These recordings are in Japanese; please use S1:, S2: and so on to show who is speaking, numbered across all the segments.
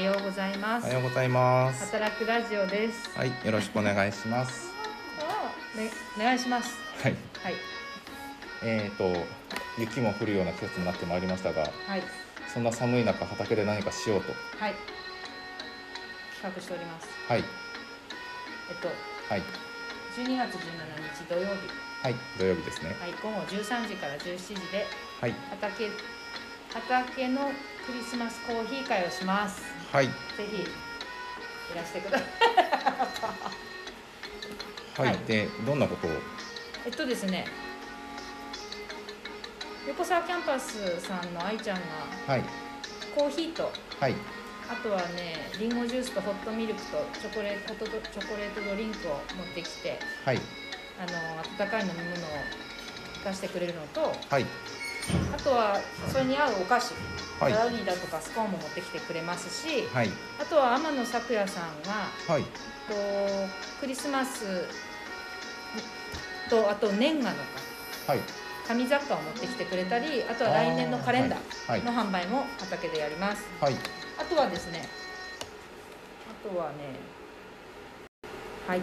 S1: ようございま
S2: お
S1: す
S2: はようございます。
S1: 働くラジオです
S2: はい、よろしくお願いします。
S1: ねお願いします
S2: はい、
S1: はい
S2: えーと、雪も降るような季節になってまいりましたが、
S1: はい
S2: そんな寒い中、畑で何かしようと。
S1: はい企画しております
S2: はい、
S1: えっと
S2: はい、
S1: 12月17日土曜日
S2: はい、土曜日ですね。
S1: はい午後13時から17時で
S2: はい、
S1: 畑畑のクリスマスコーヒー会をします
S2: はい、
S1: ぜひいらしてください
S2: は
S1: はいい、
S2: で、どんなことを。
S1: えっとですね横澤キャンパスさんの愛ちゃんが
S2: はい、
S1: コーヒーと
S2: はい、
S1: あとはねりんごジュースとホットミルクとチョコレートとチョコレートドリンクを持ってきて
S2: はい、
S1: あの温かい飲み物を出してくれるのと
S2: はい、
S1: あとはそれに合うお菓子、
S2: は
S1: ブ
S2: い
S1: ラウニーだとかスコーンも持ってきてくれますし
S2: はい、
S1: あとは天野咲也さんが
S2: はい、
S1: とクリスマスとあと年賀のか
S2: はい、
S1: 紙雑貨を持ってきてくれたりあとは来年のカレンダ
S2: はい
S1: ーの販売も畑でやります、
S2: はい、
S1: あとはですねあとはねはい、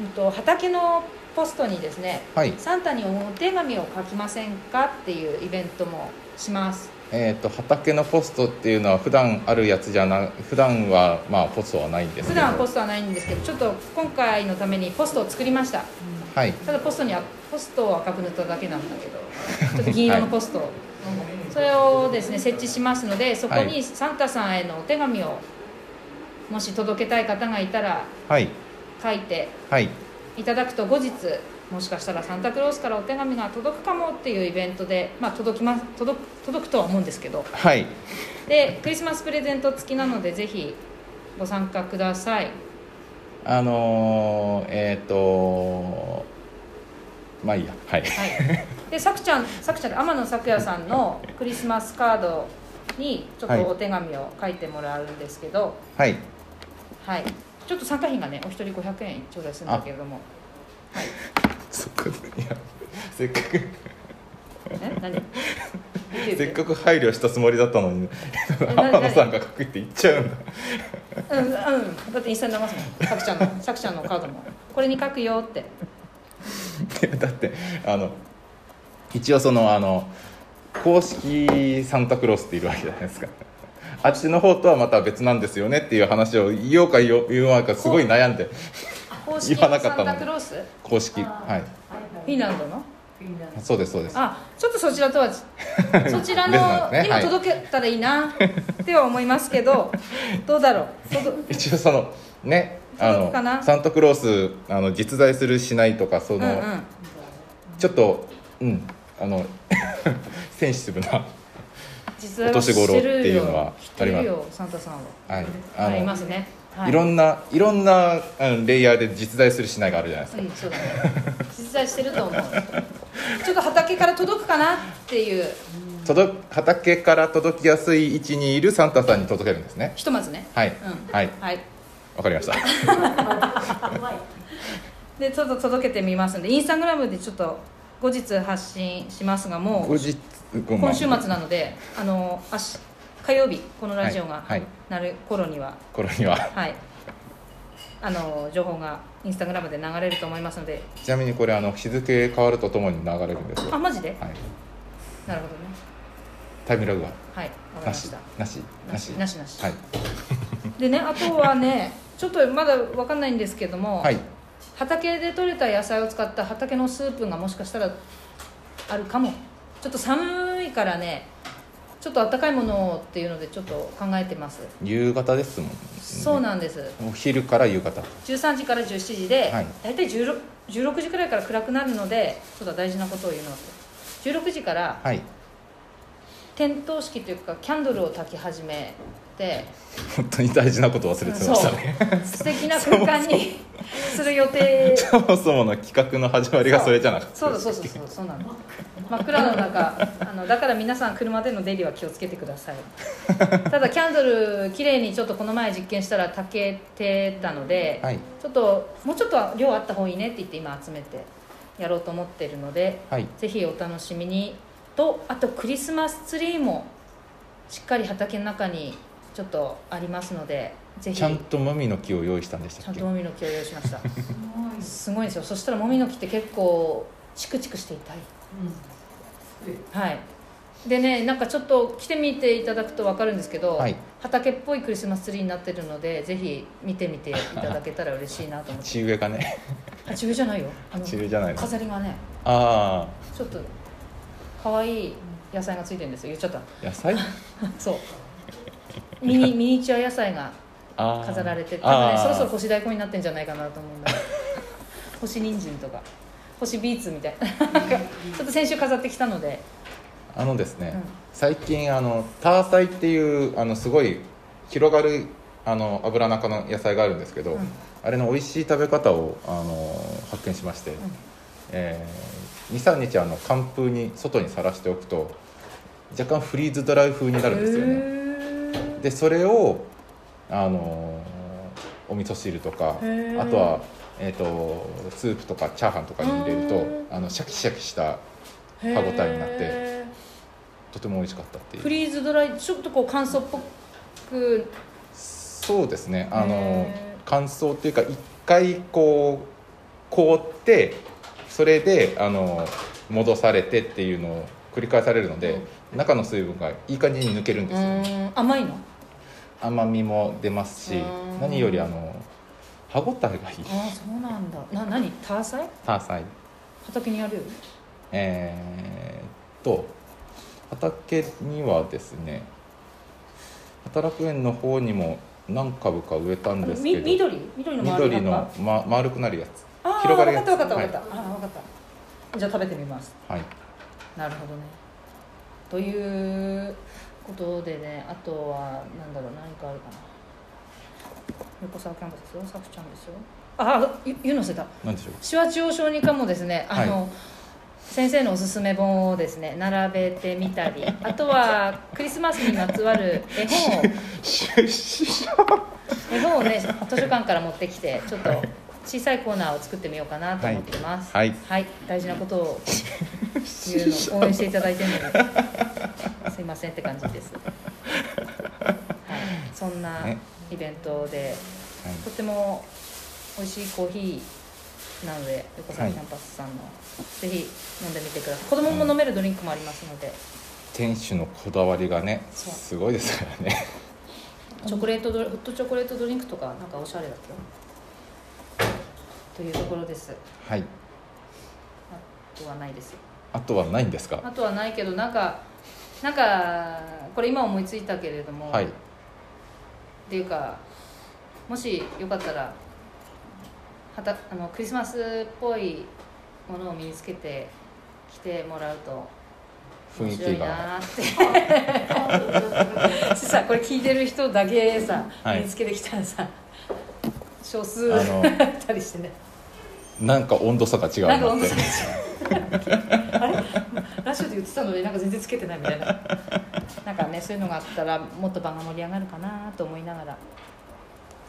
S1: うん、と畑のポストにですね
S2: はい、
S1: サンタにお手紙を書きませんかっていうイベントもします
S2: えーと、畑のポストっていうのは普段あるやつじゃな、普段は、まあ、ポストはないんです
S1: 普
S2: けど。
S1: 段はポストはないんですけどちょっと今回のためにポストを作りました
S2: はい、
S1: ただポストにはポストを赤く塗っただけなんだ けどちょっと銀色のポスト、それをですね設置しますのでそこ
S2: は
S1: にサンタさんへのお手紙をもし届けたい方がいたら
S2: はい、
S1: 書いて
S2: はい、
S1: いただくと後日もしかしたらサンタクロースからお手紙が届くかもっていうイベントで、まあ、届きます届く届くとは思うんですけど
S2: はい、
S1: でクリスマスプレゼント付きなのでぜひご参加ください
S2: あのー、えっ、とまあいいやはい
S1: はい、でさくちゃんさくちゃんで天野咲也さんのクリスマスカードにちょっ
S2: はい
S1: とお手紙を書いてもらうんですけど、
S2: はい
S1: はいちょっと参加費がねお一人500円頂戴するんだけれど も
S2: そこいやせっかく
S1: え 何
S2: せっかく配慮したつもりだったのに天野さんが書くって言っちゃうんだ
S1: うんうんだってインスタに流すもんさくちゃんのさくちゃんのカードもこれに書くよって
S2: いやだってあの一応そのあの公式サンタクロースっているわけじゃないですかあっちの方とはまた別なんですよねっていう話を言おうか言おう言わないかすごい悩んで
S1: 公式
S2: 言わ
S1: の
S2: なかっ
S1: サ
S2: たも
S1: ン
S2: ん
S1: タクロースフ
S2: 公式はい
S1: ィンランドの
S2: そうですそうです
S1: あちょっとそちら とはそちら
S2: 別な
S1: の、
S2: んですねは
S1: 今
S2: い
S1: 届けたらいいなっては思いますけどどうだろう届
S2: 一応そのねあ
S1: 届くかな
S2: のサンタクロースあの実在するしないとかそ
S1: うん
S2: の、
S1: うん
S2: ちょっとうんあの センシティブな
S1: 実在は知ってるよ
S2: お年頃っていうのは
S1: 知ってるよサンタさんは
S2: はいあ
S1: あり
S2: の、
S1: ますね、
S2: い、ろ
S1: なん
S2: ないろんなあのレイヤーで実在するしないがあるじゃないです
S1: うんそ
S2: か、
S1: うだね実在してると思うちょっと畑から届くかなっていう
S2: 届く畑から届きやすい位置にいるサンタさんに届けるんですね
S1: ひとまずね
S2: はい、
S1: う
S2: はい
S1: はい
S2: わかり ました
S1: でちょっと届けてみますんでインスタグラムでちょっと後日発信しますがも
S2: 後
S1: う
S2: 日
S1: 今週末
S2: の
S1: なのであの明日火曜日このラジオが
S2: はいはい
S1: なる頃には
S2: 頃には
S1: はい、あの情報がインスタグラムで流れると思いますので
S2: ちなみにこれあの日付変わるとともに流れるんですよ
S1: あマジで
S2: はい
S1: なるほどね
S2: タイムラグは
S1: はいわかり
S2: な
S1: ま
S2: し
S1: した
S2: なしなし
S1: なしなし
S2: はい
S1: でねあとはねちょっとまだわかんないんですけども、
S2: はい
S1: 畑で採れた野菜を使った畑のスープがもしかしたらあるかもちょっと寒いからねちょっと温かいものをっていうのでちょっと考えてます、
S2: 夕方ですもんね
S1: そうなんです
S2: お昼から夕方
S1: 13時から17時で、
S2: はい
S1: 大体 16, 16時くらいから暗くなるのでちょっと大事なことを言うの16時から
S2: はい
S1: 点灯式というかキャンドルを焚き始めて
S2: 本当に大事なこと忘れてましたね
S1: 素敵な空 間にする予定
S2: そもそもの企画の始まりがそれじゃなかった
S1: そうだそうそうそうそうなの真っ暗の中 あのだから皆さん車での出入りは気をつけてくだ さいただキャンドル綺麗にちょっとこの前実験したら炊けてたので、
S2: はい
S1: ちょっともうちょっとは量あった方がいいねって言って今集めてやろうと思ってるので
S2: はい
S1: ぜひお楽しみにとあとクリスマスツリーもしっかり畑の中にちょっとありますのでぜひ
S2: ちゃんともみの木を用意したんでし
S1: ち
S2: た
S1: ゃ
S2: っ
S1: ん
S2: け
S1: ともみの木を用意しました
S3: すごい。うん。
S1: すごいんですよそしたらもみの木って結構チクチクして痛いはいでねなんかちょっと来てみていただくと分かるんですけど、
S2: はい
S1: 畑っぽいクリスマスツリーになってるのでぜひ見てみていただけたら嬉しいなと 思って
S2: 鉢植えがね
S1: 鉢植えじゃないよあの
S2: 鉢植えじゃないの
S1: 飾りがね
S2: あ
S1: ちょっと可愛い野菜がついてるんですよ言っちゃった
S2: あ野菜
S1: そう ミニミニチュア野菜が
S2: あ ー
S1: 飾られてて、多分
S2: あ
S1: ね、
S2: ー
S1: そろそろ干し大根になってんじゃないかなと思うん だけど干し人参とか干しビーツみたいなちょっと先週飾ってきたので
S2: あのですね、
S1: うん
S2: 最近あのターサイっていうあのすごい広がるあの油中の野菜があるんですけど、
S1: うん
S2: あれの美味しい食べ方をあの発見しまして、えー、23日あの寒風に外にさらしておくと若干フリーズドライ風になるんですよ
S1: へ
S2: ね
S1: ー
S2: でそれをあのお味噌汁とかあと
S1: へー
S2: は、えー、とスープとかチャーハンとかに入れる
S1: う
S2: と
S1: ん
S2: あのシャキシャキした
S1: へー
S2: 歯応えになってとても美味しかったっていう
S1: フリーズドライちょっとこう乾燥っぽく
S2: そうですねあの
S1: へ
S2: 乾燥っていうか一回こう凍ってそれであの戻されてっていうのを繰り返されるので、中の水分がいい感じに抜けるん
S1: う
S2: ですよ、
S1: ーん甘いの
S2: 甘みも出ますし
S1: うん
S2: 何よりあの歯ごたえがいい
S1: ああそうなんだな何ターサイ
S2: ターサイ
S1: 畑にある
S2: えーっと畑にはですね働く園の方にも何株か植えたんです
S1: み
S2: けど
S1: 緑緑の周り
S2: 緑
S1: 葉っ
S2: の、ま、丸くなるやつ
S1: ぱああ
S2: 広がるや
S1: 分
S2: つ
S1: かった分かった分かった、ああ分かったじゃあ食べてみます
S2: はい
S1: なるほどねということでねあとはなんだろう何かあるかな横澤キャンパスですよさくちゃんですよああ湯のせた
S2: なんで しょう
S1: 手話中央小児科もですねあの、先生のおすすめ本をですね並べてみたりあとはクリスマスにまつわる絵本を絵本をね図書館から持ってきてちょっと小さいコーナーを作ってみようかなと思ってます
S2: はい
S1: はい、大事なことを言うの応援していただいてるの ですいませんって感じです、はい、そんな
S2: ね
S1: イベントで
S2: はい
S1: とても美味しいコーヒーなので横
S2: は
S1: 澤
S2: い
S1: キャンパスさんの、ぜひ飲んでみてください子供も飲めるドリンクもありますので、
S2: 店主のこだわりがね
S1: そう
S2: すごいですからね
S1: チョコレートドリホットチョコレートドリンクとかなんかおしゃれだけどというところです
S2: はい
S1: あとはないですよ
S2: あとはないんですか
S1: あとはないけどなんかなんかこれ今思いついたけれども、
S2: はい
S1: っ、ていうかもしよかったらはたあのクリスマスっぽいものを身につけて来てもらうと
S2: 雰
S1: 面
S2: 囲
S1: 白い
S2: 気が
S1: なーって さこれ聞いてる人だけさ
S2: はい
S1: 身につけてきたらさ、少数
S2: あ
S1: だ
S2: の
S1: ったりしてね
S2: なんか温度差が違う
S1: なんか
S2: なっ
S1: 温度
S2: て
S1: 差が違うあれラジオで言ってたのになんか全然つけてないみたいななんかねそういうのがあったらもっと場が盛り上がるかなと思いながら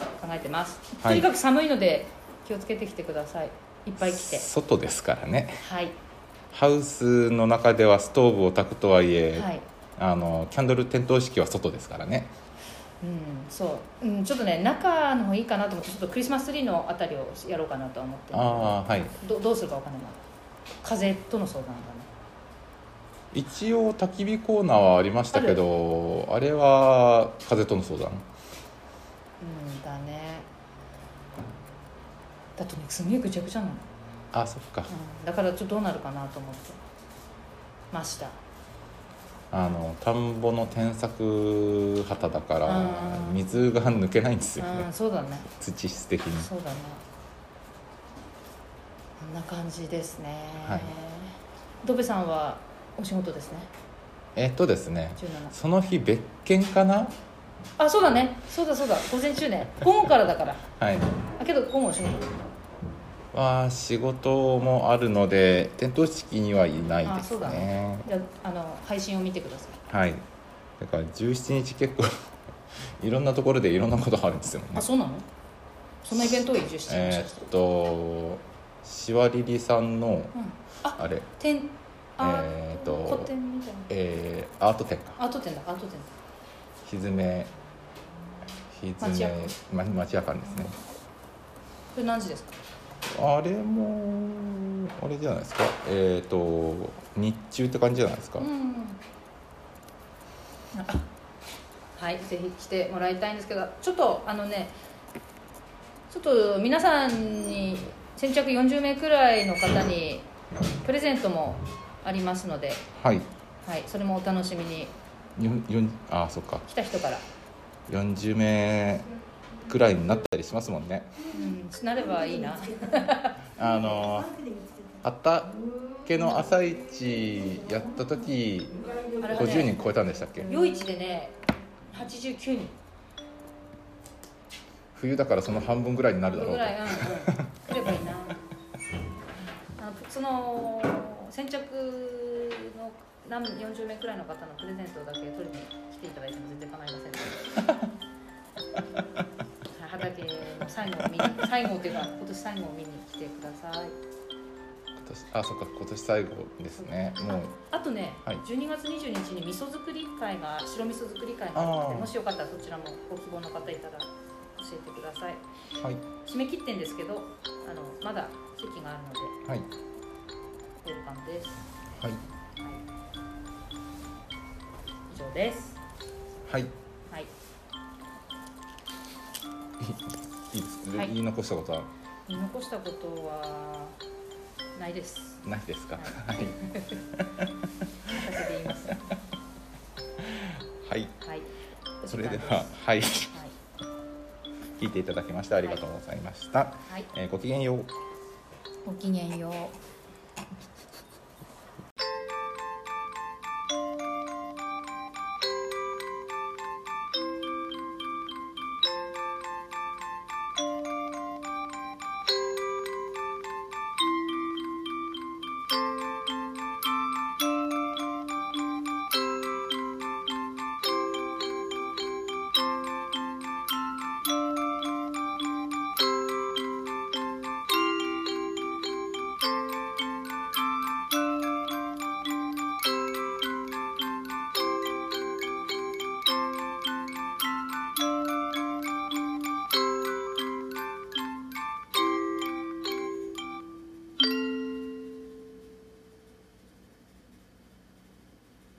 S1: 考えてます、
S2: はい
S1: とにかく寒いので気をつけてきてくださいいっぱい来て
S2: 外ですからね
S1: はい
S2: ハウスの中ではストーブを焚くとはいえ、
S1: はい
S2: あのキャンドル点灯式は外ですからね
S1: うんそう、うん、ちょっとね中の方いいかなと思ってちょっとクリスマスツリーのあたりをやろうかなとは思ってる
S2: ああはい
S1: どどうするかわかんないな風との相談だね
S2: 一応焚き火コーナーはありましたけどあれは風との相談
S1: うんだねだとねすげえぐちゃぐちゃなの
S2: あそっか
S1: うんだからちょっとどうなるかなと思ってました
S2: あの田んぼの添削旗だから
S1: うん
S2: 水が抜けないんですよ
S1: う
S2: ね
S1: んそうだね
S2: 土質的に
S1: そうだねこんな感じですね
S2: はい
S1: ドベさんはお仕事ですね
S2: えっとですね
S1: 17
S2: その日別件かな
S1: あそうだねそうだそうだ午前中 ね午後からだから
S2: はい
S1: あけど午後お仕事
S2: は仕事もあるので点灯式にはいない
S1: あ
S2: で
S1: そ
S2: す
S1: うだ
S2: ね
S1: じゃああの配信を見てください
S2: はいだから17日結構 いろんなところでいろんなことがあるんですよね
S1: あそうなのそんなイベントを移住してまし
S2: え
S1: た
S2: ーっとしわりりさんの
S1: うんあ
S2: あれ
S1: てんあ
S2: えーっと
S1: 古典みたいな
S2: えーアート展か
S1: アート展だアート展だ
S2: ひずめひつ
S1: 町
S2: ね
S1: 屋館
S2: ま町屋館ですね
S1: これ何時ですか
S2: あれもあれじゃないですかえっ、と日中って感じじゃないですか、
S1: うんあはいぜひ来てもらいたいんですけどちょっとあのねちょっと皆さんに先着40名くらいの方にプレゼントもありますので、
S2: はい
S1: はい、それもお楽しみに
S2: よんよんあそっか
S1: 来た人から、
S2: 40名くらいになったりしますもんね
S1: うん、なればいいな
S2: あの畑の朝市やった時
S1: あれが
S2: 50
S1: ね
S2: 人超えたんでしたっけ
S1: 夜市でね89人
S2: 冬だからその半分ぐらいになるだろう
S1: ぐ
S2: と
S1: らいうん来ればいいなあのその先着の何40名くらいの方のプレゼントだけ取りに来ていただいても全然構いませんのではい畑の最後を見に最後というか今年最後を見に来てください
S2: 今年あそっか今年最後ですねもう
S1: あとね、
S2: はい
S1: 12月22日に味噌作り会が白味噌作り会があるの
S2: あ
S1: で
S2: ー
S1: もしよかったらそちらもご希望の方いたら教えてください
S2: はい
S1: 締め切ってんですけどあのまだ席があるので
S2: はい
S1: ウェルカムです
S2: は
S1: は
S2: い
S1: い、以上です。
S2: はいい
S1: はい、
S2: いです
S1: はい
S2: 言い残したことは
S1: 見残したことはないです。
S2: ないですかはい
S1: 畑で言います。は
S2: はい
S1: い。
S2: それで
S1: お時間
S2: ははい
S1: すはい。
S2: 聞いていただきましてありがとうございました、
S1: はい。
S2: えーごきげんよう
S1: ごきげんよう。